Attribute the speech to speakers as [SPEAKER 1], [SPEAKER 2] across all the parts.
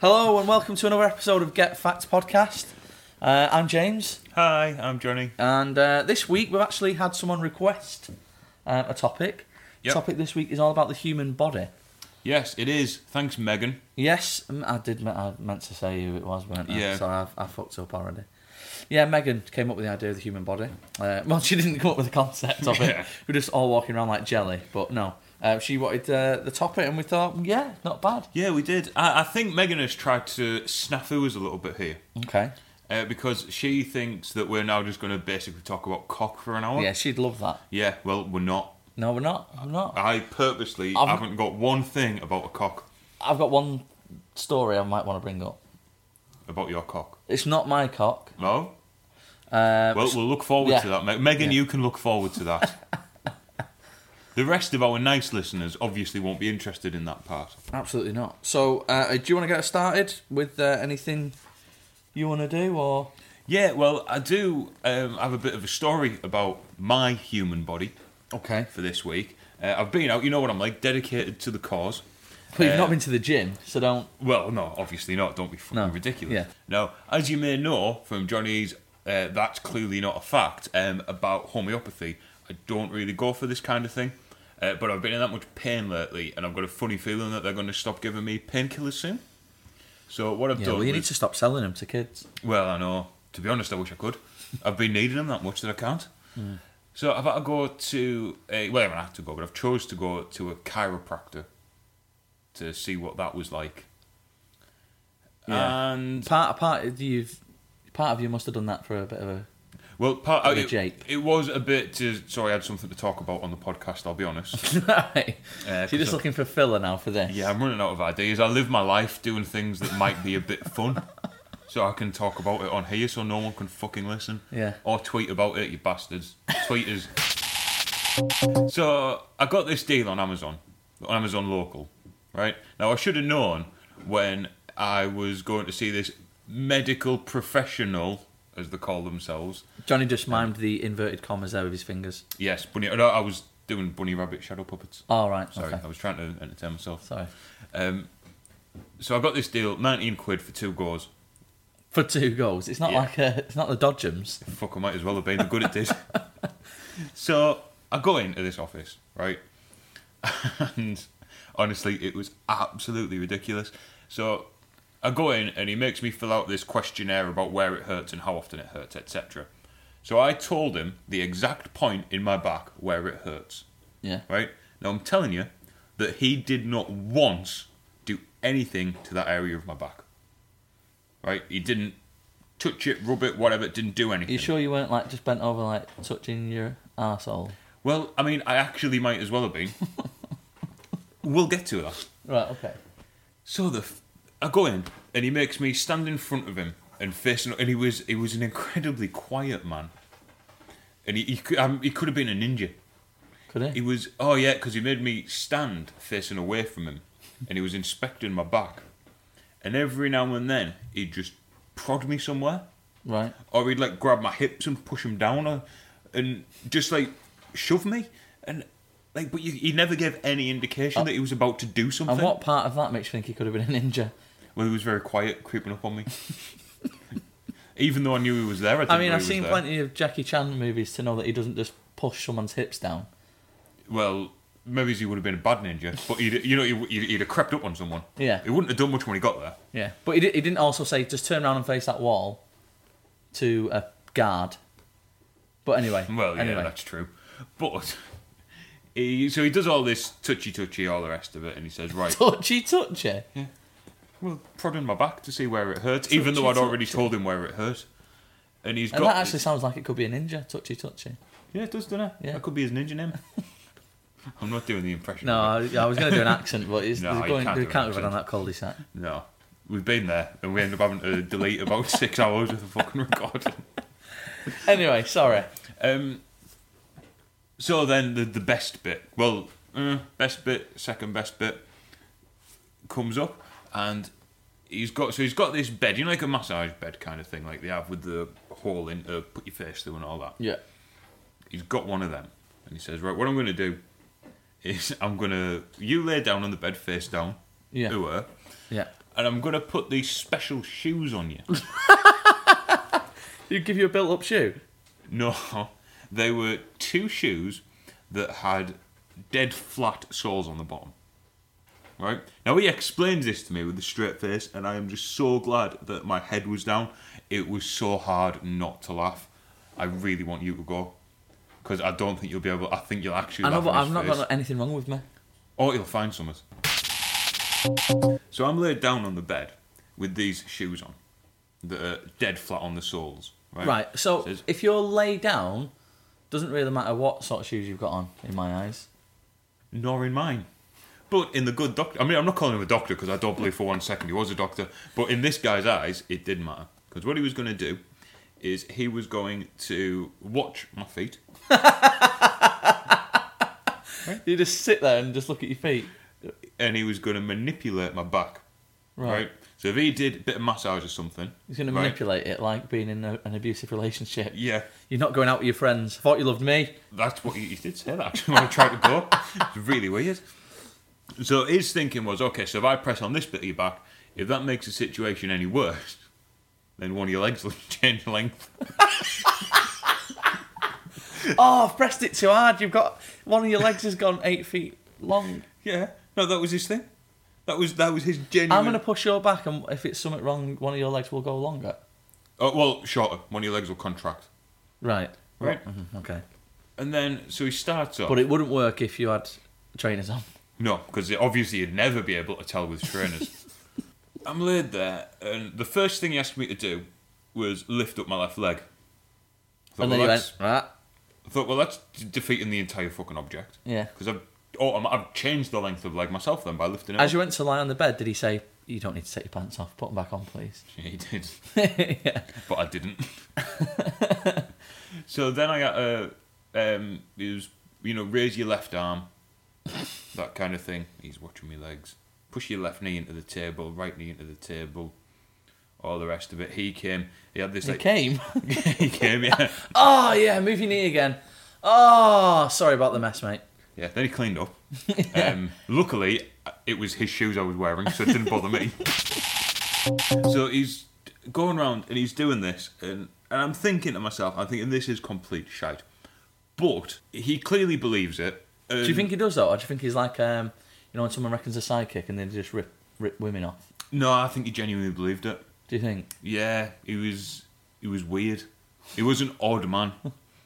[SPEAKER 1] Hello and welcome to another episode of Get Facts podcast. Uh, I'm James,
[SPEAKER 2] Hi, I'm Johnny.
[SPEAKER 1] and uh, this week we've actually had someone request uh, a topic.
[SPEAKER 2] Yep.
[SPEAKER 1] Topic this week is all about the human body.
[SPEAKER 2] Yes, it is. Thanks, Megan.
[SPEAKER 1] Yes, mm, I did. me- I meant to say who it was, weren't I?
[SPEAKER 2] Yeah.
[SPEAKER 1] So I, I fucked up already. Yeah, Megan came up with the idea of the human body. Uh, well, she didn't come up with the concept of it.
[SPEAKER 2] Yeah.
[SPEAKER 1] We're just all walking around like jelly, but no. Uh, she wanted uh, the topic, and we thought, yeah, not bad.
[SPEAKER 2] Yeah, we did. I, I think Megan has tried to snafu us a little bit here
[SPEAKER 1] Okay.
[SPEAKER 2] uh, because she thinks that we're now just going to basically talk about cock for an hour.
[SPEAKER 1] Yeah, she'd love that.
[SPEAKER 2] Yeah, well, we're not.
[SPEAKER 1] No, we're not. We're not.
[SPEAKER 2] I purposely
[SPEAKER 1] I've-
[SPEAKER 2] haven't got one thing about a cock,
[SPEAKER 1] I've got one story I might want to bring up.
[SPEAKER 2] about your cock.
[SPEAKER 1] It's not my cock.
[SPEAKER 2] No?
[SPEAKER 1] Uh,
[SPEAKER 2] Well, we'll look forward
[SPEAKER 1] Yeah.
[SPEAKER 2] to that. Me- Megan,
[SPEAKER 1] Yeah.
[SPEAKER 2] you can look forward to that. the rest of our nice listeners obviously won't be interested in that part.
[SPEAKER 1] absolutely not. So, uh, do you want to get us started with uh, anything you want to do, or
[SPEAKER 2] Yeah, well, I do um, have a bit of a story about my human body.
[SPEAKER 1] okay?
[SPEAKER 2] for this week. Uh, I've been out, you know what I'm like, dedicated to the cause.
[SPEAKER 1] But you've
[SPEAKER 2] Uh,
[SPEAKER 1] not been to the gym, so don't.
[SPEAKER 2] Well, no, obviously not. Don't be fucking
[SPEAKER 1] No,
[SPEAKER 2] ridiculous.
[SPEAKER 1] yeah.
[SPEAKER 2] No, as you may know from Johnny's, uh, that's clearly not a fact um, about homeopathy. I don't really go for this kind of thing, uh, but I've been in that much pain lately, and I've got a funny feeling that they're going to stop giving me painkillers soon. So what I've
[SPEAKER 1] Yeah,
[SPEAKER 2] done,
[SPEAKER 1] well, you
[SPEAKER 2] was-
[SPEAKER 1] need to stop selling them to kids.
[SPEAKER 2] well, I know. To be honest, I wish I could. I've been needing them that much that I can't.
[SPEAKER 1] Hmm.
[SPEAKER 2] So I've had to go to a well, I haven't had to go, but I've chose to go to a chiropractor to see what that was like.
[SPEAKER 1] Yeah.
[SPEAKER 2] And
[SPEAKER 1] Part, part of you've, part of you must have done that for a bit of a.
[SPEAKER 2] well, part,
[SPEAKER 1] Bit of a
[SPEAKER 2] it,
[SPEAKER 1] jape.
[SPEAKER 2] it was a bit. To, sorry, I had something to talk about on the podcast. I'll be honest.
[SPEAKER 1] Right.
[SPEAKER 2] Uh,
[SPEAKER 1] so you're just
[SPEAKER 2] 'cause I-
[SPEAKER 1] looking for filler now for this.
[SPEAKER 2] yeah, I'm running out of ideas. I live my life doing things that might be a bit fun, so I can talk about it on here, so no one can fucking listen.
[SPEAKER 1] Yeah.
[SPEAKER 2] Or tweet about it, you bastards. Tweeters. So I got this deal on Amazon, on Amazon Local, right? Now I should have known when I was going to see this medical professional, as they call themselves.
[SPEAKER 1] Johnny just mimed the inverted commas there with his fingers.
[SPEAKER 2] Yes, bunny. No, I was doing bunny rabbit shadow puppets.
[SPEAKER 1] All right.
[SPEAKER 2] Sorry,
[SPEAKER 1] Okay.
[SPEAKER 2] I was trying to entertain myself.
[SPEAKER 1] Sorry.
[SPEAKER 2] Um, so I got this deal, nineteen quid for two goes.
[SPEAKER 1] For two goals, it's not
[SPEAKER 2] Yeah.
[SPEAKER 1] like a, it's not the Dodgems.
[SPEAKER 2] Fuck, I might as well have been the good it did. so I go into this office, right? And honestly, it was absolutely ridiculous. So I go in and he makes me fill out this questionnaire about where it hurts and how often it hurts, etc. So I told him the exact point in my back where it hurts,
[SPEAKER 1] Yeah.
[SPEAKER 2] right? Now I'm telling you that he did not once do anything to that area of my back. Right? He didn't touch it, rub it, whatever, didn't do anything.
[SPEAKER 1] you sure you weren't like just bent over like touching your arsehole?
[SPEAKER 2] Well, I mean, I actually might as well have been. we'll get to that.
[SPEAKER 1] Right, okay.
[SPEAKER 2] So the f- I go in, and he makes me stand in front of him and facing. And he was he was an incredibly quiet man, and he he could, um, he could have been a ninja.
[SPEAKER 1] Could it?
[SPEAKER 2] He was oh yeah, because he made me stand facing away from him, and he was inspecting my back, and every now and then he'd just prod me somewhere
[SPEAKER 1] Right.
[SPEAKER 2] or he'd like grab my hips and push them down, or, and just like shove me, and like, but you, he never gave any indication that he was about to do something.
[SPEAKER 1] Uh, And what part of that makes you think he could have been a ninja?
[SPEAKER 2] Well, he was very quiet, creeping up on me. Even though I knew he was there, I, didn't
[SPEAKER 1] I mean,
[SPEAKER 2] know
[SPEAKER 1] I've
[SPEAKER 2] he was
[SPEAKER 1] seen
[SPEAKER 2] there.
[SPEAKER 1] plenty of Jackie Chan movies to know that he doesn't just push someone's hips down.
[SPEAKER 2] Well, maybe he would have been a bad ninja, but he'd, you know, he'd, he'd, he'd have crept up on someone.
[SPEAKER 1] Yeah.
[SPEAKER 2] he wouldn't have done much when he got there.
[SPEAKER 1] Yeah. But he, di- he didn't also say just turn around and face that wall to a guard. But anyway.
[SPEAKER 2] Well, yeah,
[SPEAKER 1] anyway.
[SPEAKER 2] that's true. But He, so he does all this touchy touchy, all the rest of it, and he says, "Right,
[SPEAKER 1] Touchy, touchy.
[SPEAKER 2] well, prodding my back to see where it hurts, even though I'd
[SPEAKER 1] Touchy
[SPEAKER 2] already
[SPEAKER 1] touchy.
[SPEAKER 2] told him where it hurt." And he's
[SPEAKER 1] And
[SPEAKER 2] got
[SPEAKER 1] that actually sounds like it could be a ninja. Touchy, touchy.
[SPEAKER 2] yeah, it does, doesn't it?
[SPEAKER 1] Yeah.
[SPEAKER 2] That could be his ninja name. I'm not doing the impression.
[SPEAKER 1] No,
[SPEAKER 2] of
[SPEAKER 1] I,
[SPEAKER 2] it.
[SPEAKER 1] I was going to do an accent, but it's,
[SPEAKER 2] No,
[SPEAKER 1] there's
[SPEAKER 2] you
[SPEAKER 1] going,
[SPEAKER 2] can't
[SPEAKER 1] we
[SPEAKER 2] do an
[SPEAKER 1] can't go
[SPEAKER 2] accent.
[SPEAKER 1] down that cul-de-sac.
[SPEAKER 2] no, we've been there, and we end up having to delete about six hours of the fucking recording.
[SPEAKER 1] Anyway, sorry.
[SPEAKER 2] Um, so then the the best bit, well, uh, best bit, second best bit, comes up, and he's got so he's got this bed, you know, like a massage bed kind of thing, like they have with the hole in to put your face through and all that.
[SPEAKER 1] Yeah.
[SPEAKER 2] He's got one of them, and he says, right, what I'm going to do is I'm going to you lay down on the bed face down,
[SPEAKER 1] Yeah.
[SPEAKER 2] to her,
[SPEAKER 1] Yeah.
[SPEAKER 2] and I'm going to put these special shoes on you.
[SPEAKER 1] You give you a built-up shoe.
[SPEAKER 2] No, they were two shoes that had dead flat soles on the bottom. Right? Now, he explained this to me with a straight face, and I am just so glad that my head was down. It was so hard not to laugh. I really want you to go. Because I don't think you'll be able. I think you'll actually.
[SPEAKER 1] I know,
[SPEAKER 2] laugh
[SPEAKER 1] but
[SPEAKER 2] in his
[SPEAKER 1] I've not
[SPEAKER 2] face.
[SPEAKER 1] got anything wrong with me.
[SPEAKER 2] Or he'll find something. So I'm laid down on the bed with these shoes on that are dead flat on the soles. Right.
[SPEAKER 1] Right. So
[SPEAKER 2] Says-
[SPEAKER 1] if you're lay down, doesn't really matter what sort of shoes you've got on. In my eyes.
[SPEAKER 2] nor in mine. But in the good doctor, I mean, I'm not calling him a doctor because I don't believe for one second he was a doctor. But in this guy's eyes, it did matter because what he was going to do is he was going to watch my feet. Eh?
[SPEAKER 1] You just sit there and just look at your feet.
[SPEAKER 2] and he was going to manipulate my back.
[SPEAKER 1] Right.
[SPEAKER 2] Right. So if he did a bit of massage or something,
[SPEAKER 1] He's going to
[SPEAKER 2] right,
[SPEAKER 1] manipulate it like being in a, an abusive relationship.
[SPEAKER 2] Yeah,
[SPEAKER 1] You're not going out with your friends. I thought you loved me.
[SPEAKER 2] that's what he, he did say. That actually, when I tried to go, it's really weird. So his thinking was, okay, so if I press on this bit of your back, if that makes the situation any worse, then one of your legs will change length.
[SPEAKER 1] Oh, I've pressed it too hard. You've got one of your legs has gone eight feet long.
[SPEAKER 2] Yeah, no, that was his thing. That was that was his genuine.
[SPEAKER 1] I'm going to push your back, and if it's something wrong, one of your legs will go longer.
[SPEAKER 2] Oh, well, shorter. One of your legs will contract.
[SPEAKER 1] Right.
[SPEAKER 2] Right.
[SPEAKER 1] Mhm, Okay.
[SPEAKER 2] And then, so he starts off.
[SPEAKER 1] But it wouldn't work if you had trainers on.
[SPEAKER 2] No, because obviously you'd never be able to tell with trainers. I'm laid there, and the first thing he asked me to do was lift up my left leg. I thought,
[SPEAKER 1] And
[SPEAKER 2] well,
[SPEAKER 1] then you
[SPEAKER 2] that's,
[SPEAKER 1] went, right.
[SPEAKER 2] I thought, well, that's d- defeating the entire fucking object.
[SPEAKER 1] Yeah.
[SPEAKER 2] Because I've, oh, I'm, I've changed the length of leg myself then by lifting it
[SPEAKER 1] As
[SPEAKER 2] up.
[SPEAKER 1] you went to lie on the bed, did he say, You don't need to take your pants off, put them back on, please?
[SPEAKER 2] Yeah, he did.
[SPEAKER 1] yeah.
[SPEAKER 2] but I didn't. so then I got a, um, it was you know raise your left arm, that kind of thing. He's watching me legs. Push your left knee into the table, right knee into the table, all the rest of it. He came. He had this
[SPEAKER 1] He
[SPEAKER 2] like
[SPEAKER 1] came.
[SPEAKER 2] he came. Yeah,
[SPEAKER 1] oh, yeah, move your knee again. Oh, sorry about the mess, mate.
[SPEAKER 2] yeah. Then he cleaned up. Um, luckily, it was his shoes I was wearing, so it didn't bother me. So he's going round and he's doing this, and, and I'm thinking to myself, I'm thinking this is complete shite. But he clearly believes it.
[SPEAKER 1] Do you think he does, though? Or do you think he's like, um, you know, when someone reckons a psychic and they just rip, rip women off?
[SPEAKER 2] No, I think he genuinely believed it.
[SPEAKER 1] Do you think?
[SPEAKER 2] Yeah, he was he was weird. He was an odd man.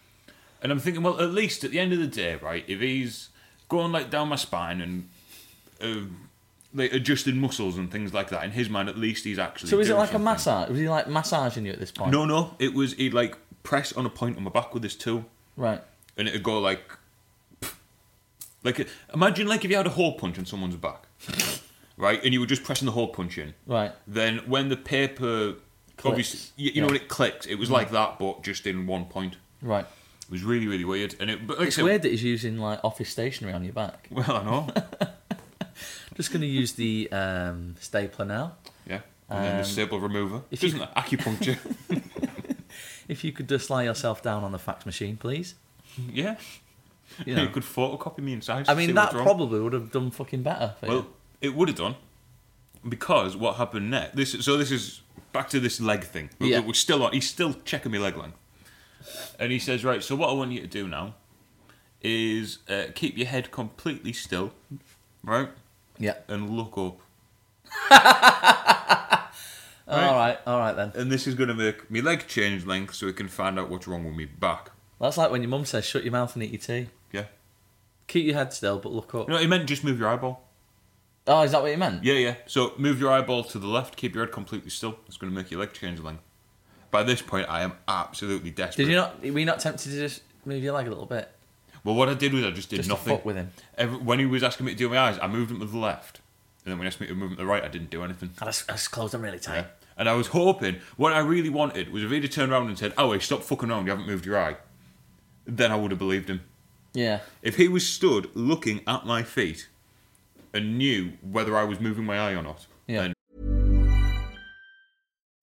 [SPEAKER 2] and I'm thinking, well, at least at the end of the day, right? If he's going like down my spine and uh, like adjusting muscles and things like that, in his mind, at least he's actually.
[SPEAKER 1] So is it
[SPEAKER 2] doing
[SPEAKER 1] like a
[SPEAKER 2] something.
[SPEAKER 1] massage? Was he like massaging you at this point?
[SPEAKER 2] No, no. It was he'd like press on a point on my back with his tool,
[SPEAKER 1] Right.
[SPEAKER 2] and it'd go like, like imagine like if you had a hole punch on someone's back, right? And you were just pressing the hole punch in.
[SPEAKER 1] Right.
[SPEAKER 2] Then when the paper, obviously,
[SPEAKER 1] Clicks.
[SPEAKER 2] you, you
[SPEAKER 1] Yeah.
[SPEAKER 2] know
[SPEAKER 1] Mm.
[SPEAKER 2] when it clicks, it was like that, but just in one point.
[SPEAKER 1] Right.
[SPEAKER 2] It was really, really weird. And it, but like I
[SPEAKER 1] It's
[SPEAKER 2] said-
[SPEAKER 1] weird that he's using like office stationery on your back.
[SPEAKER 2] Well, I know.
[SPEAKER 1] Just going to use the um, stapler now.
[SPEAKER 2] yeah. And then the
[SPEAKER 1] Um,
[SPEAKER 2] staple remover.
[SPEAKER 1] if you-
[SPEAKER 2] Isn't that acupuncture?
[SPEAKER 1] If you could just lie yourself down on the fax machine, please.
[SPEAKER 2] yeah.
[SPEAKER 1] You
[SPEAKER 2] You,
[SPEAKER 1] know.
[SPEAKER 2] could photocopy me inside.
[SPEAKER 1] I
[SPEAKER 2] to see
[SPEAKER 1] mean,
[SPEAKER 2] what's
[SPEAKER 1] that
[SPEAKER 2] wrong.
[SPEAKER 1] probably would have done fucking better. For
[SPEAKER 2] Well,
[SPEAKER 1] you.
[SPEAKER 2] it would have done because what happened next? This so this is back to this leg thing. We-
[SPEAKER 1] Yeah.
[SPEAKER 2] We're still on. He's still checking my leg length, and he says, "Right, so what I want you to do now is uh, keep your head completely still, right,
[SPEAKER 1] yeah.
[SPEAKER 2] and look up."
[SPEAKER 1] All right, all right then.
[SPEAKER 2] And this is going to make my leg change length so we can find out what's wrong with me back.
[SPEAKER 1] That's like when your mum says, "Shut your mouth and eat your tea."
[SPEAKER 2] Yeah.
[SPEAKER 1] Keep your head still, but look up.
[SPEAKER 2] No, he meant just move your eyeball.
[SPEAKER 1] Oh, is that what you meant?
[SPEAKER 2] Yeah, yeah. So move your eyeball to the left, keep your head completely still. It's going to make your leg change length. By this point, I am absolutely desperate.
[SPEAKER 1] Did you not? Were you not tempted to just move your leg a little bit?
[SPEAKER 2] Well, what I did was I just did
[SPEAKER 1] Just to
[SPEAKER 2] nothing.
[SPEAKER 1] fuck with him.
[SPEAKER 2] Every, when he was asking me to do my eyes, I moved them to the left. And then when he asked me to move them to the right, I didn't do anything.
[SPEAKER 1] I just, I just closed them really tight.
[SPEAKER 2] Yeah. And I was hoping, what I really wanted was if he'd have turned around and said, Oh, hey, stop fucking around, you haven't moved your eye, then I would have believed him.
[SPEAKER 1] Yeah.
[SPEAKER 2] If he was stood looking at my feet and knew whether I was moving my eye or not,
[SPEAKER 1] Yeah.
[SPEAKER 2] then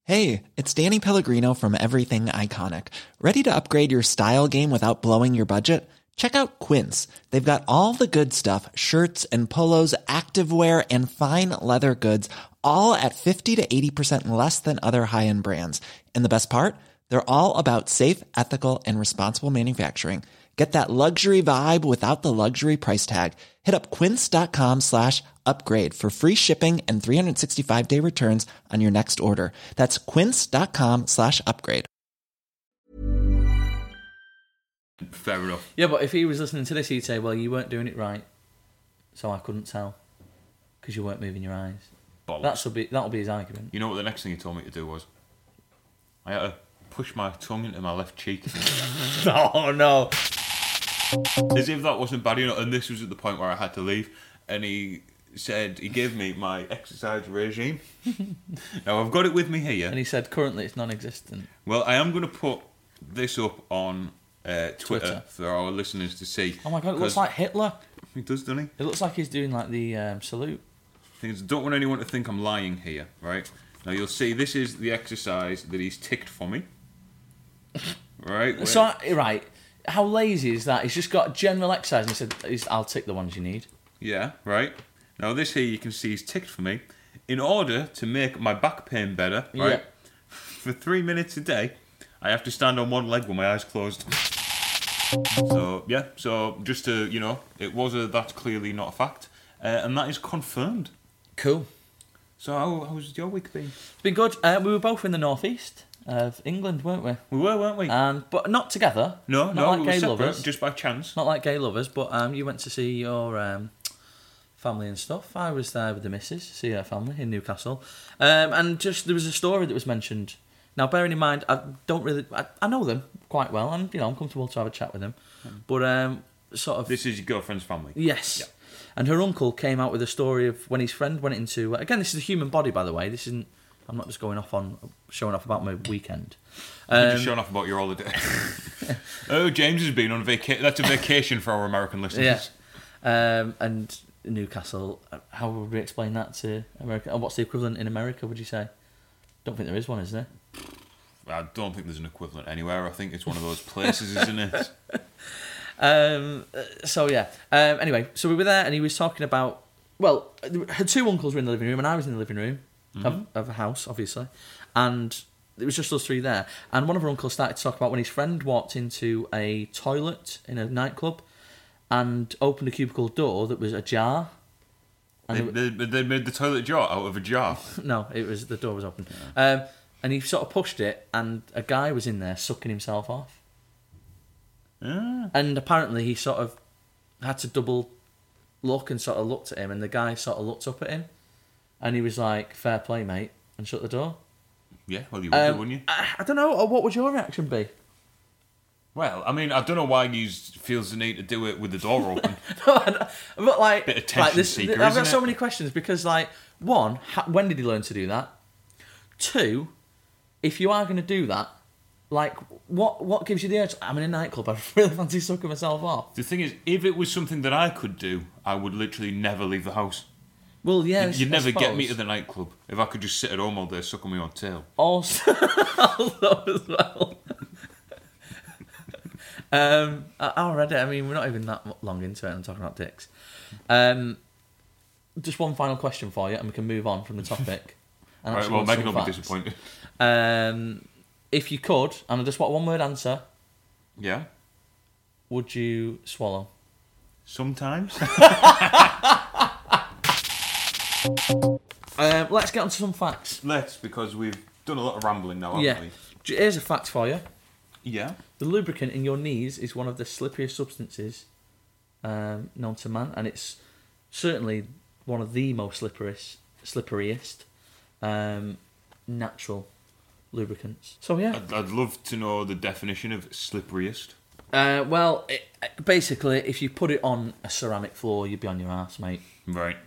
[SPEAKER 3] Hey, it's Danny Pellegrino from Everything Iconic. Ready to upgrade your style game without blowing your budget? Check out Quince. They've got all the good stuff shirts and polos, activewear, and fine leather goods, all at 50 to 80% less than other high end brands. And the best part? They're all about safe, ethical, and responsible manufacturing. Get that luxury vibe without the luxury price tag. Hit up quince.com slash upgrade for free shipping and 365 day returns on your next order. That's quince.com slash upgrade.
[SPEAKER 2] fair enough.
[SPEAKER 1] Yeah, but if he was listening to this, he'd say, "Well, you weren't doing it right, so I couldn't tell because you weren't moving your eyes."
[SPEAKER 2] Bollocks.
[SPEAKER 1] That'll be that'll be his argument.
[SPEAKER 2] You know what the next thing he told me to do was? I had to push my tongue into my left cheek.
[SPEAKER 1] oh no!
[SPEAKER 2] As if that wasn't bad enough, and this was at the point where I had to leave, and he said he gave me my exercise regime. now I've got it with me
[SPEAKER 1] And
[SPEAKER 2] here.
[SPEAKER 1] he said, "Currently, it's non-existent."
[SPEAKER 2] Well, I am going to put this up on uh, Twitter,
[SPEAKER 1] Twitter.
[SPEAKER 2] for our listeners to see.
[SPEAKER 1] Oh my god! It looks
[SPEAKER 2] 'Cause
[SPEAKER 1] like Hitler.
[SPEAKER 2] he does, doesn't he?
[SPEAKER 1] It looks like he's doing like the um, salute.
[SPEAKER 2] Things don't want anyone to think I'm lying here, right? Now you'll see this is the exercise that he's ticked for me. Right. where-
[SPEAKER 1] So I- right, how lazy is that? He's just got general exercise, and he said, he's- "I'll take the ones you need."
[SPEAKER 2] Yeah, right. Now this here you can see is ticked for me. In order to make my back pain better, right?
[SPEAKER 1] Yeah.
[SPEAKER 2] For three minutes a day, I have to stand on one leg with my eyes closed. So yeah, so just to you know, it was a that's clearly not a fact, uh, and that is confirmed.
[SPEAKER 1] Cool.
[SPEAKER 2] So how, how's your week been?
[SPEAKER 1] It's been good. Uh, we were both in the northeast of England, weren't we?
[SPEAKER 2] We were, weren't we?
[SPEAKER 1] And but not together.
[SPEAKER 2] no,
[SPEAKER 1] Uh, not
[SPEAKER 2] no,
[SPEAKER 1] like
[SPEAKER 2] we were
[SPEAKER 1] gay
[SPEAKER 2] separate,
[SPEAKER 1] lovers.
[SPEAKER 2] just by chance.
[SPEAKER 1] Not like gay lovers, but um, you went to see your um, family and stuff. I was there with the missus, see her family in Newcastle, um, and just there was a story that was mentioned. Now, bearing in mind, I don't really, I, I know them quite well, and you know, I'm comfortable to have a chat with them,
[SPEAKER 2] Hmm.
[SPEAKER 1] but um, sort of
[SPEAKER 2] This is your girlfriend's family.
[SPEAKER 1] Yes. And her uncle came out with a story of when his friend went into again. This is the human body, by the way. This isn't. I'm not just going off on showing off about my weekend. Um,
[SPEAKER 2] You're just showing off about your holiday. oh, James has been on vacation. That's a vacation for our American listeners.
[SPEAKER 1] Yeah. Um, and Newcastle. How would we explain that to America? And what's the equivalent in America? Would you say? Don't think there is one, is there?
[SPEAKER 2] I don't think there's an equivalent anywhere. I think it's one of those places, isn't it?
[SPEAKER 1] Um, uh, so yeah. Um, anyway, so we were there, and he was talking about. Well, her two uncles were in the living room, and I was in the living room of, of a house, obviously, and it was just us three there. And one of her uncles started to talk about when his friend walked into a toilet in a nightclub, and opened a cubicle door that was ajar.
[SPEAKER 2] They, they, they made the toilet jar out of a jar.
[SPEAKER 1] No, it was the door was open. Um, and he sort of pushed it, and a guy was in there sucking himself off. And apparently, he sort of had to double look and sort of looked at him, and the guy sort of looked up at him, and he was like, "Fair play, mate," and shut the door.
[SPEAKER 2] Yeah, well, you would, do,
[SPEAKER 1] Um,
[SPEAKER 2] wouldn't you?
[SPEAKER 1] I, I don't know. Or what would your reaction be?
[SPEAKER 2] Well, I mean, I don't know why he feels the need to do it with the door open.
[SPEAKER 1] but like,
[SPEAKER 2] Bit of
[SPEAKER 1] like
[SPEAKER 2] attention
[SPEAKER 1] this,
[SPEAKER 2] seeker,
[SPEAKER 1] I've got
[SPEAKER 2] isn't
[SPEAKER 1] so
[SPEAKER 2] it?
[SPEAKER 1] many questions because, like, one, ha- when did he learn to do that? Two, if you are going to do that, like, what what gives you the urge? I'm in a nightclub. I really fancy sucking myself off.
[SPEAKER 2] the thing is, if it was something that I could do, I would literally never leave the house.
[SPEAKER 1] Well, yeah,
[SPEAKER 2] You'd never
[SPEAKER 1] I
[SPEAKER 2] get me to
[SPEAKER 1] suppose.
[SPEAKER 2] the nightclub if I could just sit at home all day sucking my own tail.
[SPEAKER 1] Also, as well. um, I I read it. I mean, we're not even that long into it. and I'm talking about dicks. Um, just one final question for you, and we can move on from the topic. And
[SPEAKER 2] Right,
[SPEAKER 1] actually
[SPEAKER 2] well,
[SPEAKER 1] go
[SPEAKER 2] Megan
[SPEAKER 1] to
[SPEAKER 2] will
[SPEAKER 1] some
[SPEAKER 2] be
[SPEAKER 1] facts.
[SPEAKER 2] disappointed.
[SPEAKER 1] Um, if you could, and I just want one word answer,
[SPEAKER 2] Yeah?
[SPEAKER 1] would you swallow?
[SPEAKER 2] Sometimes.
[SPEAKER 1] Um, let's get on to some facts.
[SPEAKER 2] Let's, because we've done a lot of rambling now, haven't
[SPEAKER 1] Yeah.
[SPEAKER 2] we?
[SPEAKER 1] J- Here's a fact for you.
[SPEAKER 2] Yeah.
[SPEAKER 1] The lubricant in your knees is one of the slipperiest substances um, known to man, and it's certainly one of the most slipperiest, slipperiest um, natural lubricants. So yeah,
[SPEAKER 2] I'd, I'd love to know the definition of slipperiest.
[SPEAKER 1] uh, well, it, basically, if you put it on a ceramic floor, you'd be on your ass, mate,
[SPEAKER 2] Right.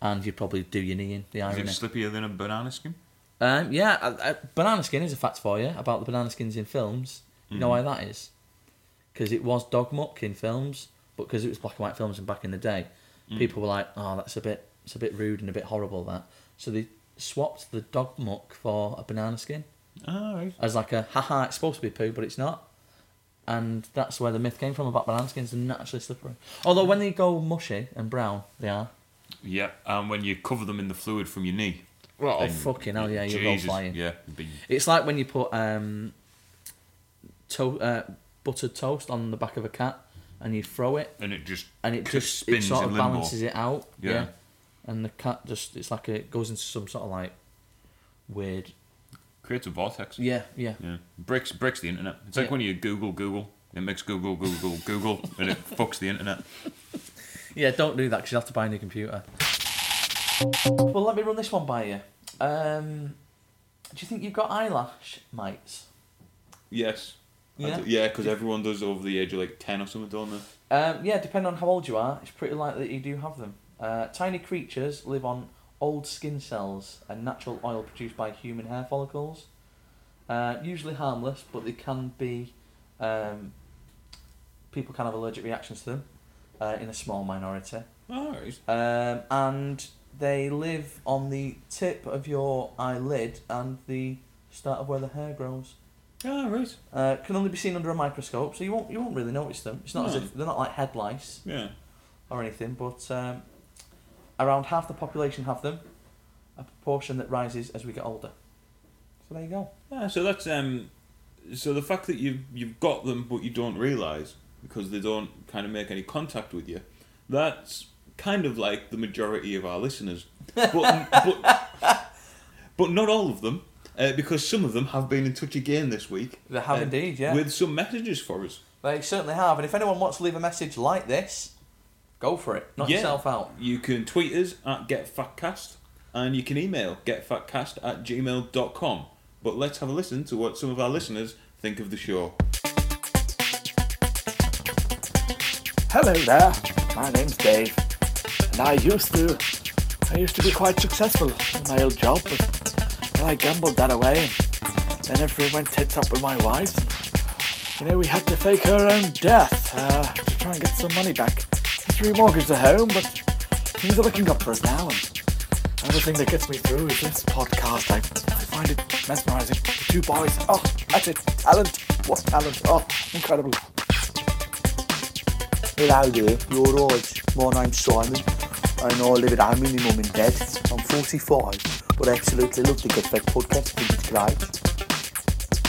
[SPEAKER 1] and you'd probably do your knee in. The
[SPEAKER 2] Is
[SPEAKER 1] irony.
[SPEAKER 2] it slippier than a banana skin?
[SPEAKER 1] Um, yeah, I, I, banana skin is a fact for you about the banana skins in films. You know why that is? Because it was dog muck in films, but because it was black and white films and back in the day, people were like, "Oh, that's a bit, it's a bit rude and a bit horrible." That so they swapped the dog muck for a banana skin
[SPEAKER 2] Ah, right.
[SPEAKER 1] as like a haha, it's supposed to be poo, but it's not. And that's where the myth came from about banana skins. They're not actually slippery. Although when they go mushy and brown, they are.
[SPEAKER 2] Yeah, and when you cover them in the fluid from your knee.
[SPEAKER 1] Well, oh,
[SPEAKER 2] then-
[SPEAKER 1] fucking hell, yeah, you'll
[SPEAKER 2] Jesus,
[SPEAKER 1] go flying.
[SPEAKER 2] Yeah, it'd be-
[SPEAKER 1] It's like when you put um, to- uh, buttered toast on the back of a cat and you throw it
[SPEAKER 2] and it just
[SPEAKER 1] and it
[SPEAKER 2] c-
[SPEAKER 1] just it
[SPEAKER 2] spins
[SPEAKER 1] sort
[SPEAKER 2] in
[SPEAKER 1] of
[SPEAKER 2] limbo.
[SPEAKER 1] balances it out. Yeah.
[SPEAKER 2] Yeah.
[SPEAKER 1] And the cat just it's like it goes into some sort of like weird
[SPEAKER 2] Creates a vortex.
[SPEAKER 1] Yeah, yeah.
[SPEAKER 2] Yeah. Breaks breaks the internet. It's like
[SPEAKER 1] Yeah.
[SPEAKER 2] when you Google Google, it makes Google Google Google, and it fucks the internet.
[SPEAKER 1] Yeah, don't do that because you'll have to buy a new computer. Well, let me run this one by you. Um, do you think you've got eyelash mites?
[SPEAKER 2] Yes.
[SPEAKER 1] I Yeah. do-
[SPEAKER 2] because everyone does over the age of like ten or something, don't they?
[SPEAKER 1] Um, yeah, depending on how old you are, it's pretty likely that you do have them. Uh, tiny creatures live on old skin cells and natural oil produced by human hair follicles. Uh, usually harmless, but they can be. Um, people can have allergic reactions to them uh, in a small minority.
[SPEAKER 2] Alright.
[SPEAKER 1] Um, and they live on the tip of your eyelid and the start of where the hair grows.
[SPEAKER 2] Alright.
[SPEAKER 1] Uh, can only be seen under a microscope, so you won't you won't really notice them. It's not as
[SPEAKER 2] No.
[SPEAKER 1] if they're not like head lice
[SPEAKER 2] Yeah.
[SPEAKER 1] or anything, but um, around half the population have them, a proportion that rises as we get older. So there you go.
[SPEAKER 2] Ah, so that's um, so the fact that you you've got them but you don't realise because they don't kind of make any contact with you, that's kind of like the majority of our listeners, but but, but not all of them, uh, because some of them have been in touch again this week. uh,
[SPEAKER 1] They have indeed, yeah.
[SPEAKER 2] With some messages for us.
[SPEAKER 1] They certainly have, and if anyone wants to leave a message like this, go for it. Knock
[SPEAKER 2] Yeah.
[SPEAKER 1] yourself out.
[SPEAKER 2] You can tweet us at getfatcast and you can email getfatcast at gmail.com. But let's have a listen to what some of our listeners think of the show.
[SPEAKER 4] Hello there. My name's Dave, and I used to, I used to be quite successful in my old job, but then I gambled that away, and then everything went tits up with my wife. You know, we had to fake her own death uh, to try and get some money back. She remortgaged the home, but things are looking up for us now. And another thing that gets me through is this podcast. I, I find it mesmerising. The two boys. Oh, that's it. Talent. What talent? Oh, incredible. Hello there, you alright? My name's Simon and I live at home with my mum and dad. I'm 45, but I absolutely love the Get Back podcast, I think it's great.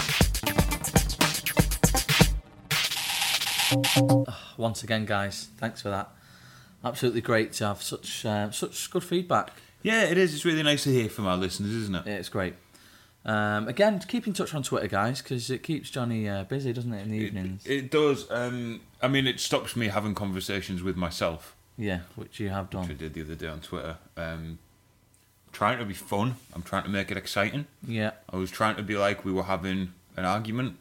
[SPEAKER 1] Once again, guys, thanks for that. Absolutely great to have such uh, such good feedback.
[SPEAKER 2] Yeah, it is. It's really nice to hear from our listeners, isn't it?
[SPEAKER 1] Yeah, it's great. Um, again, keep in touch on Twitter, guys, because it keeps Johnny uh, busy, doesn't it, in the evenings?
[SPEAKER 2] It, it does. Um, I mean, it stops me having conversations with myself,
[SPEAKER 1] yeah, which you have
[SPEAKER 2] which I
[SPEAKER 1] done.
[SPEAKER 2] did the other day on Twitter. Um, trying to be fun. I'm trying to make it exciting.
[SPEAKER 1] Yeah,
[SPEAKER 2] I was trying to be like we were having an argument,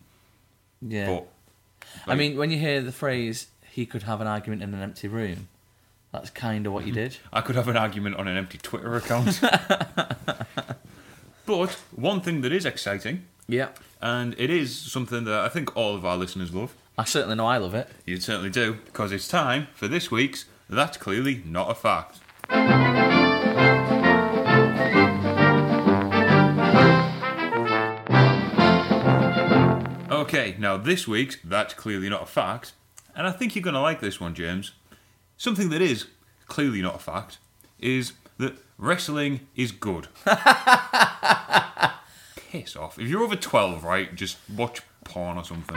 [SPEAKER 1] yeah.
[SPEAKER 2] but
[SPEAKER 1] I mean, when you hear the phrase "he could have an argument in an empty room," that's kind of what you did.
[SPEAKER 2] I could have an argument on an empty Twitter account. but one thing that is exciting,
[SPEAKER 1] Yeah,
[SPEAKER 2] and it is something that I think all of our listeners love,
[SPEAKER 1] I certainly know I love it.
[SPEAKER 2] you certainly do, because it's time for this week's That's Clearly Not a Fact. Okay, now this week's That's Clearly Not a Fact, and I think you're going to like this one, James. Something that is clearly not a fact is that wrestling is good. Piss off. If you're over 12, right, just watch porn or something.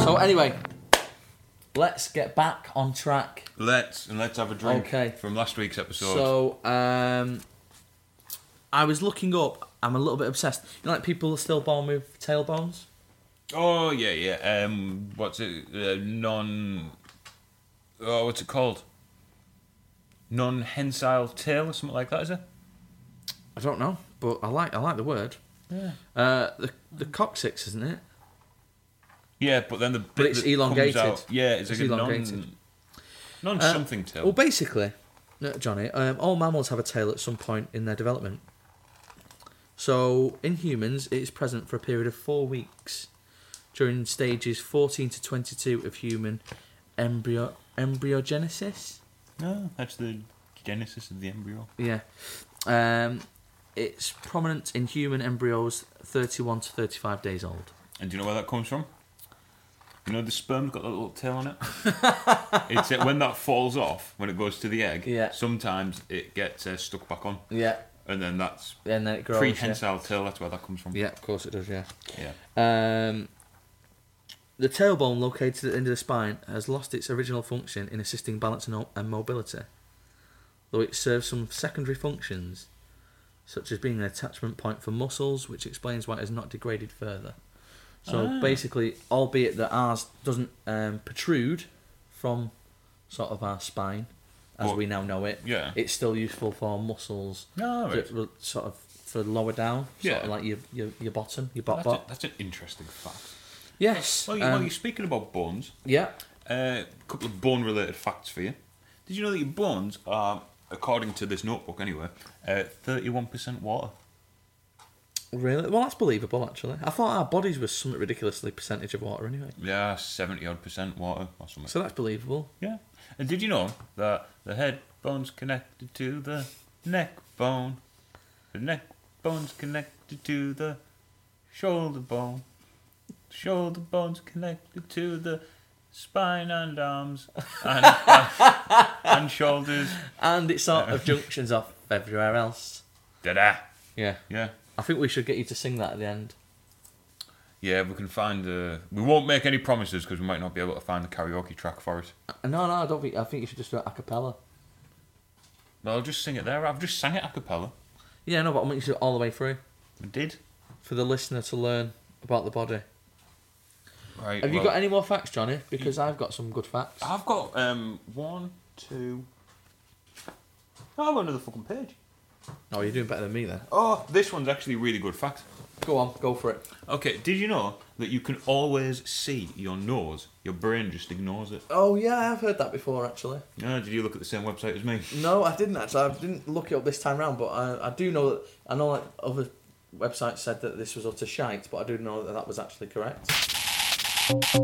[SPEAKER 1] So anyway, let's get back on track.
[SPEAKER 2] Let's and let's have a drink
[SPEAKER 1] Okay.
[SPEAKER 2] from last week's episode.
[SPEAKER 1] So, um, I was looking up. I'm a little bit obsessed. You know, like people are still born with tailbones.
[SPEAKER 2] Oh yeah, yeah. Um, what's it? Uh, non. Oh, what's it called? Non-hensile tail or something like that, is it?
[SPEAKER 1] I don't know, but I like I like the word.
[SPEAKER 2] Yeah.
[SPEAKER 1] Uh, the the coccyx, isn't it?
[SPEAKER 2] Yeah, but then the bit
[SPEAKER 1] it's
[SPEAKER 2] that comes
[SPEAKER 1] elongated.
[SPEAKER 2] out- yeah, it's,
[SPEAKER 1] It's
[SPEAKER 2] like a
[SPEAKER 1] elongated.
[SPEAKER 2] non. Non
[SPEAKER 1] Uh,
[SPEAKER 2] something tail.
[SPEAKER 1] Well, basically, no, Johnny, um, all mammals have a tail at some point in their development. So, in humans, it is present for a period of four weeks during stages 14 to 22 of human embryo embryogenesis.
[SPEAKER 2] No, that's the genesis of the embryo.
[SPEAKER 1] Yeah. Um, it's prominent in human embryos 31 to 35 days old.
[SPEAKER 2] And do you know where that comes from? You know the sperm's got that little tail on it. it's uh, when that falls off when it goes to the egg.
[SPEAKER 1] Yeah.
[SPEAKER 2] Sometimes it gets uh, stuck back on,
[SPEAKER 1] Yeah.
[SPEAKER 2] and then that's
[SPEAKER 1] And then it grows. yeah.
[SPEAKER 2] prehensile tail. That's where that comes from.
[SPEAKER 1] yeah, of course it does, yeah.
[SPEAKER 2] Yeah.
[SPEAKER 1] Um, the tailbone, located at the end of the spine, has lost its original function in assisting balance and, o- and mobility, though it serves some secondary functions, such as being an attachment point for muscles, which explains why it has not degraded further. So
[SPEAKER 2] Ah.
[SPEAKER 1] basically, albeit that ours doesn't um, protrude from sort of our spine as
[SPEAKER 2] Well,
[SPEAKER 1] we now know it,
[SPEAKER 2] yeah.
[SPEAKER 1] it's still useful for muscles,
[SPEAKER 2] No,
[SPEAKER 1] that
[SPEAKER 2] right.
[SPEAKER 1] will sort of for lower down, sort
[SPEAKER 2] Yeah.
[SPEAKER 1] of like your, your your bottom, your bot
[SPEAKER 2] That's, a,
[SPEAKER 1] bot.
[SPEAKER 2] that's an interesting fact.
[SPEAKER 1] Yes.
[SPEAKER 2] Well, you,
[SPEAKER 1] um,
[SPEAKER 2] well, you're speaking about bones.
[SPEAKER 1] yeah.
[SPEAKER 2] Uh, a couple of bone related facts for you. Did you know that your bones are, according to this notebook anyway, uh, 31% water?
[SPEAKER 1] Really? Well, that's believable, actually. I thought our bodies were somewhat ridiculously percentage of water anyway.
[SPEAKER 2] Yeah, 70 odd percent water or something.
[SPEAKER 1] So that's believable.
[SPEAKER 2] yeah. And did you know that the head bone's connected to the neck bone? The neck bone's connected to the shoulder bone. Shoulder bone's connected to the spine and arms and, and shoulders.
[SPEAKER 1] And it sort of junctions off everywhere else.
[SPEAKER 2] Da da.
[SPEAKER 1] Yeah.
[SPEAKER 2] Yeah.
[SPEAKER 1] I think we should get you to sing that at the end.
[SPEAKER 2] Yeah, we can find. Uh, we won't make any promises because we might not be able to find the karaoke track for it.
[SPEAKER 1] Uh, No, no, I don't think. I think you should just do it a cappella.
[SPEAKER 2] Well, I'll just sing it there. I've just sang it a cappella.
[SPEAKER 1] Yeah, no, but I want you to do it all the way through
[SPEAKER 2] I did.
[SPEAKER 1] for the listener to learn about the body.
[SPEAKER 2] Right.
[SPEAKER 1] Have you
[SPEAKER 2] well-
[SPEAKER 1] got any more facts, Johnny? Because I've got some good facts.
[SPEAKER 2] I've got um one, two. Oh, I've got another fucking page.
[SPEAKER 1] Oh, you're doing better than me then.
[SPEAKER 2] Oh, this one's actually a really good fact.
[SPEAKER 1] Go on, go for it.
[SPEAKER 2] Okay, did you know that you can always see your nose? Your brain just ignores it.
[SPEAKER 1] Oh yeah, I've heard that before actually.
[SPEAKER 2] Oh, did you look at the same website as me?
[SPEAKER 1] No, I didn't actually. I didn't look it up this time round, but I, I do know that I know like other websites said that this was utter shite, but I do know that that was actually correct.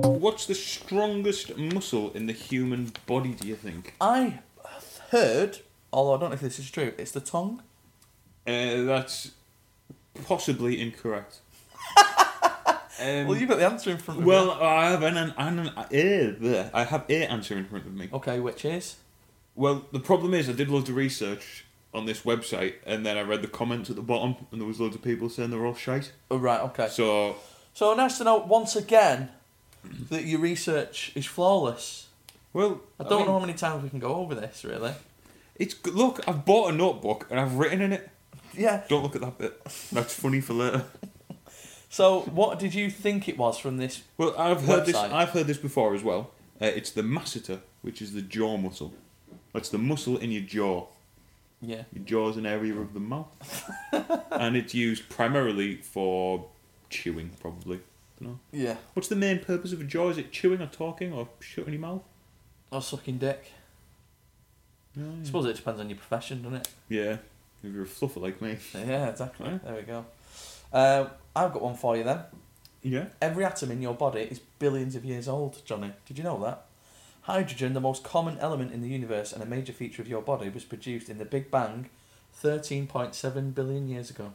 [SPEAKER 2] What's the strongest muscle in the human body? Do you think?
[SPEAKER 1] I have heard, although I don't know if this is true, it's the tongue.
[SPEAKER 2] Uh, that's possibly incorrect. um,
[SPEAKER 1] Well,
[SPEAKER 2] well,
[SPEAKER 1] you've got the answer in front of you.
[SPEAKER 2] I have an, an, an, an eh, bleh. I have a answer in front of me.
[SPEAKER 1] okay, which is
[SPEAKER 2] Well, the problem is, I did loads of research on this website, and then I read the comments at the bottom, and there was loads of people saying they're all shite.
[SPEAKER 1] oh, right. Okay, so,
[SPEAKER 2] So
[SPEAKER 1] nice to know once again that your research is flawless.
[SPEAKER 2] well,
[SPEAKER 1] I don't
[SPEAKER 2] mean,
[SPEAKER 1] know how many times we can go over this, really.
[SPEAKER 2] It's g- look, I've bought a notebook and I've written in it.
[SPEAKER 1] Yeah.
[SPEAKER 2] Don't look at that bit. That's funny for later.
[SPEAKER 1] So, what did you think it was from this?
[SPEAKER 2] Well, I've heard this.
[SPEAKER 1] Website.
[SPEAKER 2] I've heard this before as well. Uh, it's the masseter, which is the jaw muscle. That's the muscle in your jaw.
[SPEAKER 1] Yeah.
[SPEAKER 2] Your jaw's an area of the mouth, and it's used primarily for chewing, probably. Dunno.
[SPEAKER 1] Yeah.
[SPEAKER 2] What's the main purpose of a jaw? Is it chewing or talking or shutting your mouth?
[SPEAKER 1] Or sucking dick. I suppose it depends on your profession, doesn't it?
[SPEAKER 2] Yeah, if you're a fluffer like me.
[SPEAKER 1] Yeah, exactly.
[SPEAKER 2] Yeah.
[SPEAKER 1] There we go. Um, I've got one for you then.
[SPEAKER 2] Yeah.
[SPEAKER 1] Every atom in your body is billions of years old, Johnny. Did you know that? Hydrogen, the most common element in the universe and a major feature of your body, was produced in the Big Bang 13.7 billion years ago.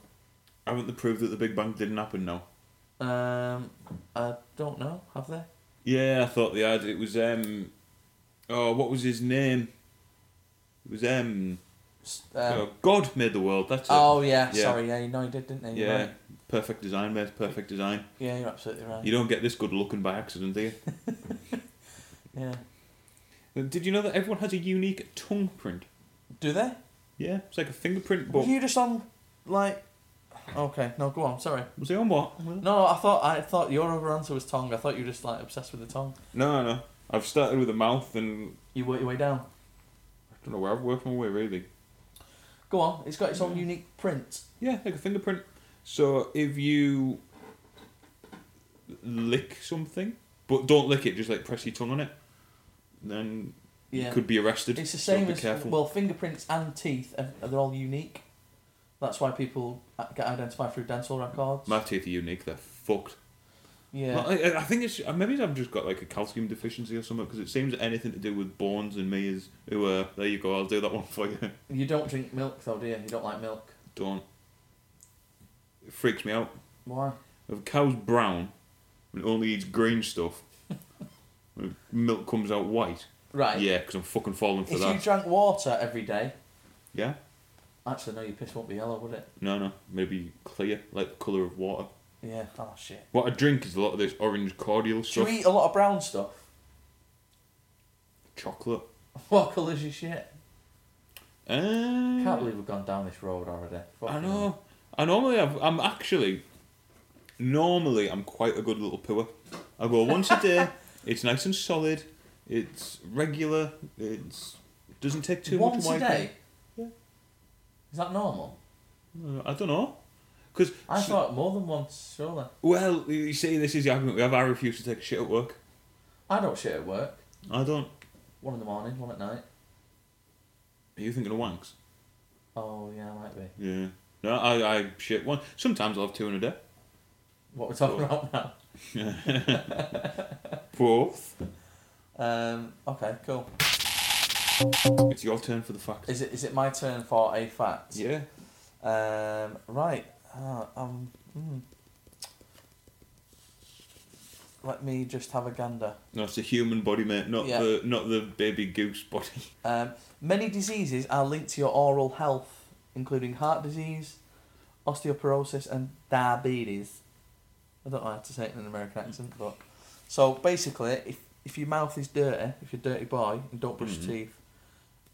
[SPEAKER 2] Haven't they proved that the Big Bang didn't happen now?
[SPEAKER 1] Um, I don't know, have they?
[SPEAKER 2] Yeah, I thought they had. It was um, oh, what was his name? It was um,
[SPEAKER 1] S-
[SPEAKER 2] oh,
[SPEAKER 1] Um,
[SPEAKER 2] God made the world. That's it.
[SPEAKER 1] oh, yeah,
[SPEAKER 2] Yeah.
[SPEAKER 1] sorry, yeah, you know you did, didn't you? You're
[SPEAKER 2] yeah.
[SPEAKER 1] right.
[SPEAKER 2] Perfect design, mate. Perfect design.
[SPEAKER 1] Yeah, you're absolutely right.
[SPEAKER 2] You don't get this good looking by accident, do you?
[SPEAKER 1] Yeah.
[SPEAKER 2] And Did you know that everyone has a unique tongue print?
[SPEAKER 1] Do they?
[SPEAKER 2] Yeah, it's like a fingerprint,
[SPEAKER 1] Were
[SPEAKER 2] but
[SPEAKER 1] you just on like. Okay, no, go on. Sorry.
[SPEAKER 2] Was he on what?
[SPEAKER 1] No, I thought I thought your other answer was tongue. I thought you were just like obsessed with the tongue.
[SPEAKER 2] No, no. I've started with the mouth and
[SPEAKER 1] You work your way down.
[SPEAKER 2] I don't know where I've worked my way really.
[SPEAKER 1] Go on. It's got its own unique print.
[SPEAKER 2] Yeah, like a fingerprint. So if you lick something, but don't lick it, just like press your tongue on it, then
[SPEAKER 1] Yeah.
[SPEAKER 2] you could be arrested.
[SPEAKER 1] It's the
[SPEAKER 2] so
[SPEAKER 1] same
[SPEAKER 2] be
[SPEAKER 1] as
[SPEAKER 2] careful.
[SPEAKER 1] well, fingerprints and teeth are, they're all unique. That's why people get identified through dental records.
[SPEAKER 2] My teeth are unique. They're fucked.
[SPEAKER 1] yeah.
[SPEAKER 2] Well, I, I think it's uh, maybe I've just got like a calcium deficiency or something because it seems anything to do with bones and me is who uh, there you go. I'll do that one for you.
[SPEAKER 1] You don't drink milk though, do you? You don't like milk.
[SPEAKER 2] don't. It freaks me out.
[SPEAKER 1] Why?
[SPEAKER 2] If a cow's brown and only eats green stuff, and milk comes out white.
[SPEAKER 1] Right.
[SPEAKER 2] Yeah, because I'm fucking falling for
[SPEAKER 1] If
[SPEAKER 2] that.
[SPEAKER 1] you drank water every day,
[SPEAKER 2] yeah?
[SPEAKER 1] actually no, your piss won't be yellow, would it?
[SPEAKER 2] No, no. Maybe clear, like the colour of water.
[SPEAKER 1] Yeah. Oh shit.
[SPEAKER 2] What I drink is a lot of this orange cordial
[SPEAKER 1] Do you
[SPEAKER 2] stuff.
[SPEAKER 1] eat a lot of brown stuff?
[SPEAKER 2] Chocolate.
[SPEAKER 1] What colour's your shit?
[SPEAKER 2] Uh,
[SPEAKER 1] Can't believe we've gone down this road already.
[SPEAKER 2] I
[SPEAKER 1] Fucking hell.
[SPEAKER 2] know. I normally have, I'm actually. Normally, I'm quite a good little pooer. I go once a day. it's nice and solid. It's regular. It's doesn't take too
[SPEAKER 1] Once
[SPEAKER 2] much
[SPEAKER 1] a
[SPEAKER 2] wiping.
[SPEAKER 1] day.
[SPEAKER 2] Yeah.
[SPEAKER 1] Is that normal?
[SPEAKER 2] Uh, I don't know. Because
[SPEAKER 1] I thought more than once, surely.
[SPEAKER 2] well, you see, this is the argument we have. I refuse to take a shit at work.
[SPEAKER 1] I don't shit at work.
[SPEAKER 2] I don't.
[SPEAKER 1] One in the morning, one at night.
[SPEAKER 2] Are you thinking of wanks?
[SPEAKER 1] Oh yeah, I might be.
[SPEAKER 2] Yeah. No, I, I shit one. Sometimes I'll have two in a day.
[SPEAKER 1] What we're talking about now.
[SPEAKER 2] Both.
[SPEAKER 1] Um, okay, cool.
[SPEAKER 2] It's your turn for the fact.
[SPEAKER 1] Is it is it my turn for a fact?
[SPEAKER 2] yeah.
[SPEAKER 1] Um, right. Uh, um, hmm. Let me just have a gander.
[SPEAKER 2] No, it's the human body, mate. Not
[SPEAKER 1] Yeah.
[SPEAKER 2] the not the baby goose body.
[SPEAKER 1] Um, many diseases are linked to your oral health, including heart disease, osteoporosis, and diabetes. I don't know how to say it in an American accent, but so basically, if if your mouth is dirty, if you're a dirty boy and don't brush
[SPEAKER 2] Mm-hmm.
[SPEAKER 1] your teeth,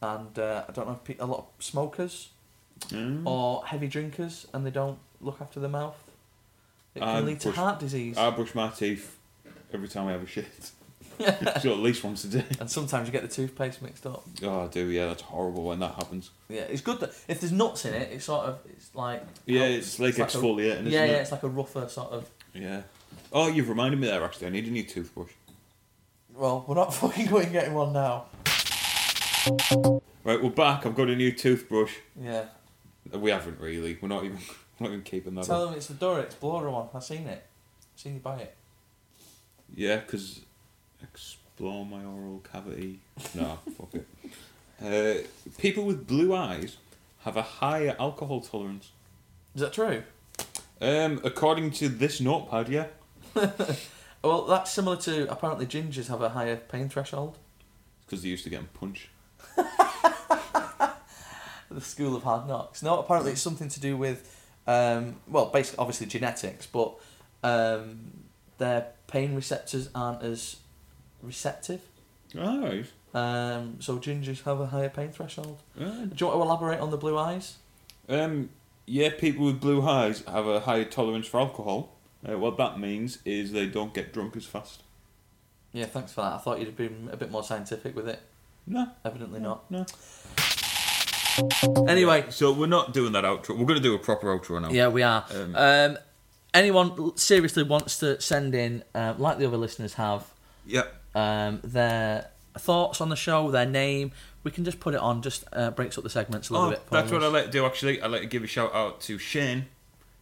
[SPEAKER 1] and uh, I don't know, pe- a lot of smokers
[SPEAKER 2] Mm.
[SPEAKER 1] or heavy drinkers, and they don't look after their mouth, it can
[SPEAKER 2] I'd
[SPEAKER 1] lead to
[SPEAKER 2] brush-
[SPEAKER 1] heart disease.
[SPEAKER 2] I brush my teeth every time I have a shit. so at least once a day.
[SPEAKER 1] and sometimes you get the toothpaste mixed up.
[SPEAKER 2] Oh, I do. Yeah, that's horrible when that happens.
[SPEAKER 1] Yeah, it's good that if there's nuts in it, it's sort of it's like
[SPEAKER 2] Yeah,
[SPEAKER 1] helps.
[SPEAKER 2] Oh, it's like
[SPEAKER 1] a-
[SPEAKER 2] exfoliating, isn't
[SPEAKER 1] yeah,
[SPEAKER 2] it?
[SPEAKER 1] yeah, it's like a rougher sort of.
[SPEAKER 2] Yeah. Oh, you've reminded me there. Actually, I need a new toothbrush.
[SPEAKER 1] Well, we're not fucking going getting one now.
[SPEAKER 2] Right, we're back. I've got a new toothbrush.
[SPEAKER 1] Yeah,
[SPEAKER 2] We haven't really. We're not even. We're not even keeping that.
[SPEAKER 1] tell
[SPEAKER 2] One.
[SPEAKER 1] them it's the Dora Explorer one. I've seen it. I've seen you buy it.
[SPEAKER 2] Yeah, because explore my oral cavity. No, fuck it. Uh, people with blue eyes have a higher alcohol tolerance.
[SPEAKER 1] Is that true?
[SPEAKER 2] Um, according to this notepad, yeah.
[SPEAKER 1] Well, that's similar to apparently gingers have a higher pain threshold.
[SPEAKER 2] Because they used to get punched.
[SPEAKER 1] The school of hard knocks. No, apparently it's something to do with, um, well, basically obviously genetics, but um, their pain receptors aren't as receptive.
[SPEAKER 2] Alright.
[SPEAKER 1] Um, so gingers have a higher pain threshold.
[SPEAKER 2] Alright.
[SPEAKER 1] Do you want to elaborate on the blue eyes?
[SPEAKER 2] Um, yeah, people with blue eyes have a higher tolerance for alcohol. Uh, what that means is they don't get drunk as fast.
[SPEAKER 1] Yeah, thanks for that. I thought you'd have been a bit more scientific with it.
[SPEAKER 2] No,
[SPEAKER 1] Evidently not.
[SPEAKER 2] no.
[SPEAKER 1] Anyway,
[SPEAKER 2] So we're not doing that outro. We're going to do a proper outro now.
[SPEAKER 1] yeah, we are. Um,
[SPEAKER 2] Um,
[SPEAKER 1] anyone l- seriously wants to send in, um, like the other listeners have,
[SPEAKER 2] Yeah.
[SPEAKER 1] um, their thoughts on the show, their name. We can just put it on. Just uh, breaks up the segments a little
[SPEAKER 2] Oh,
[SPEAKER 1] bit. for
[SPEAKER 2] that's what
[SPEAKER 1] us.
[SPEAKER 2] I like to do. Actually, I like to give a shout out to Shane,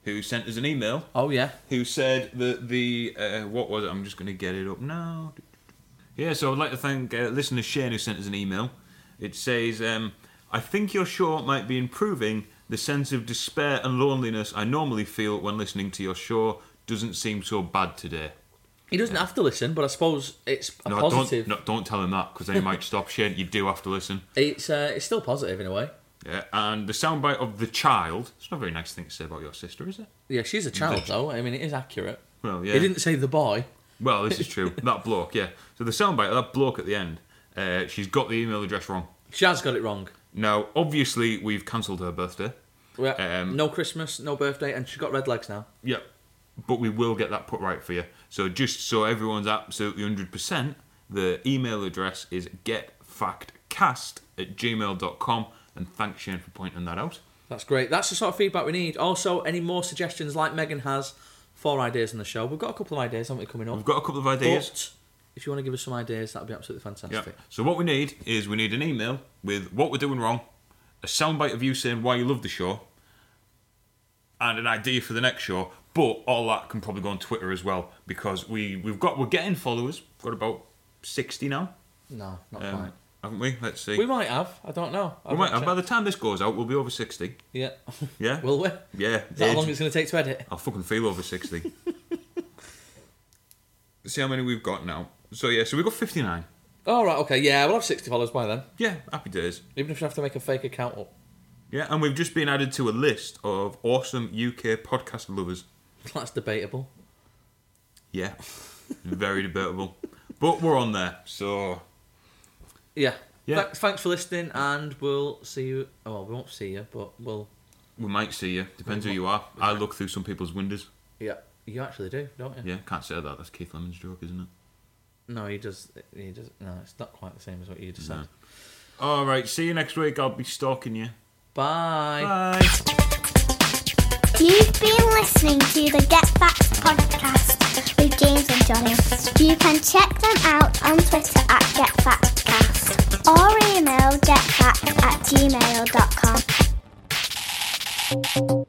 [SPEAKER 2] who sent us an email,
[SPEAKER 1] Oh yeah,
[SPEAKER 2] who said that the uh, what was it? I'm just going to get it up now. Yeah, so I'd like to thank uh, listener Shane who sent us an email. It says, um, "I think your show might be improving the sense of despair and loneliness I normally feel when listening to your show. Doesn't seem so bad today."
[SPEAKER 1] he doesn't have to listen, but I suppose it's a
[SPEAKER 2] No,
[SPEAKER 1] positive.
[SPEAKER 2] don't no, don't tell him that because then he might stop. Shane, you do have to listen.
[SPEAKER 1] It's uh, it's still positive in a way.
[SPEAKER 2] Yeah, and the soundbite of the child. It's not a very nice thing to say about your sister, is it?
[SPEAKER 1] Yeah, she's a child though. I mean, it is accurate.
[SPEAKER 2] Well, yeah.
[SPEAKER 1] He didn't say the boy.
[SPEAKER 2] Well, this is true. that bloke, yeah. So the soundbite of that bloke at the end, uh, she's got the email address wrong.
[SPEAKER 1] She has got it wrong.
[SPEAKER 2] Now, obviously, we've cancelled her birthday.
[SPEAKER 1] Yeah.
[SPEAKER 2] Um,
[SPEAKER 1] no Christmas, no birthday, and she's got red legs now.
[SPEAKER 2] Yep. But we will get that put right for you. So just so everyone's absolutely 100%, the email address is getfactcast at gmail.com. And thanks, Shane, for pointing that out.
[SPEAKER 1] That's great. That's the sort of feedback we need. Also, any more suggestions like Megan has for ideas on the show? We've got a couple of ideas, haven't we, coming up?
[SPEAKER 2] We've got a couple of ideas.
[SPEAKER 1] But if you want to give us some ideas, that would be absolutely
[SPEAKER 2] Yep.
[SPEAKER 1] fantastic.
[SPEAKER 2] So what we need is we need an email with what we're doing wrong, a soundbite of you saying why you love the show, and an idea for the next show. But all that can probably go on Twitter as well because we we've got we're getting followers. We've got about sixty now,
[SPEAKER 1] No, not
[SPEAKER 2] um,
[SPEAKER 1] quite.
[SPEAKER 2] haven't we? Let's see.
[SPEAKER 1] We might have. I don't know. I've
[SPEAKER 2] We might
[SPEAKER 1] not
[SPEAKER 2] have. By
[SPEAKER 1] checked.
[SPEAKER 2] the time this goes out, we'll be over sixty.
[SPEAKER 1] Yeah.
[SPEAKER 2] Yeah.
[SPEAKER 1] Will we?
[SPEAKER 2] Yeah.
[SPEAKER 1] Is that how
[SPEAKER 2] age-
[SPEAKER 1] long it's going to take to edit?
[SPEAKER 2] I fucking feel over sixty. see how many we've got now. So yeah, so we've got fifty nine.
[SPEAKER 1] All right. Okay. Yeah, we'll have sixty followers by then.
[SPEAKER 2] Yeah, happy days.
[SPEAKER 1] Even if we have to make a fake account up.
[SPEAKER 2] Yeah, and we've just been added to a list of awesome UK podcast lovers.
[SPEAKER 1] That's debatable.
[SPEAKER 2] Yeah, very debatable, but we're on there. So
[SPEAKER 1] Yeah.
[SPEAKER 2] Yeah.
[SPEAKER 1] Th- thanks for listening, and we'll see you. Oh, well, we won't see you, but we'll.
[SPEAKER 2] we might see you. Depends who you are. I look through some people's windows.
[SPEAKER 1] Yeah. You actually do, don't you?
[SPEAKER 2] Yeah, can't say that. That's Keith Lemon's joke, isn't it?
[SPEAKER 1] No, he does. He does. No, it's not quite the same as what you just said.
[SPEAKER 2] All right. See you next week. I'll be stalking you. Bye.
[SPEAKER 5] You've been listening to the Get Back podcast with James and Johnny. You can check them out on Twitter at GetFactCast or email getfact at gmail.com.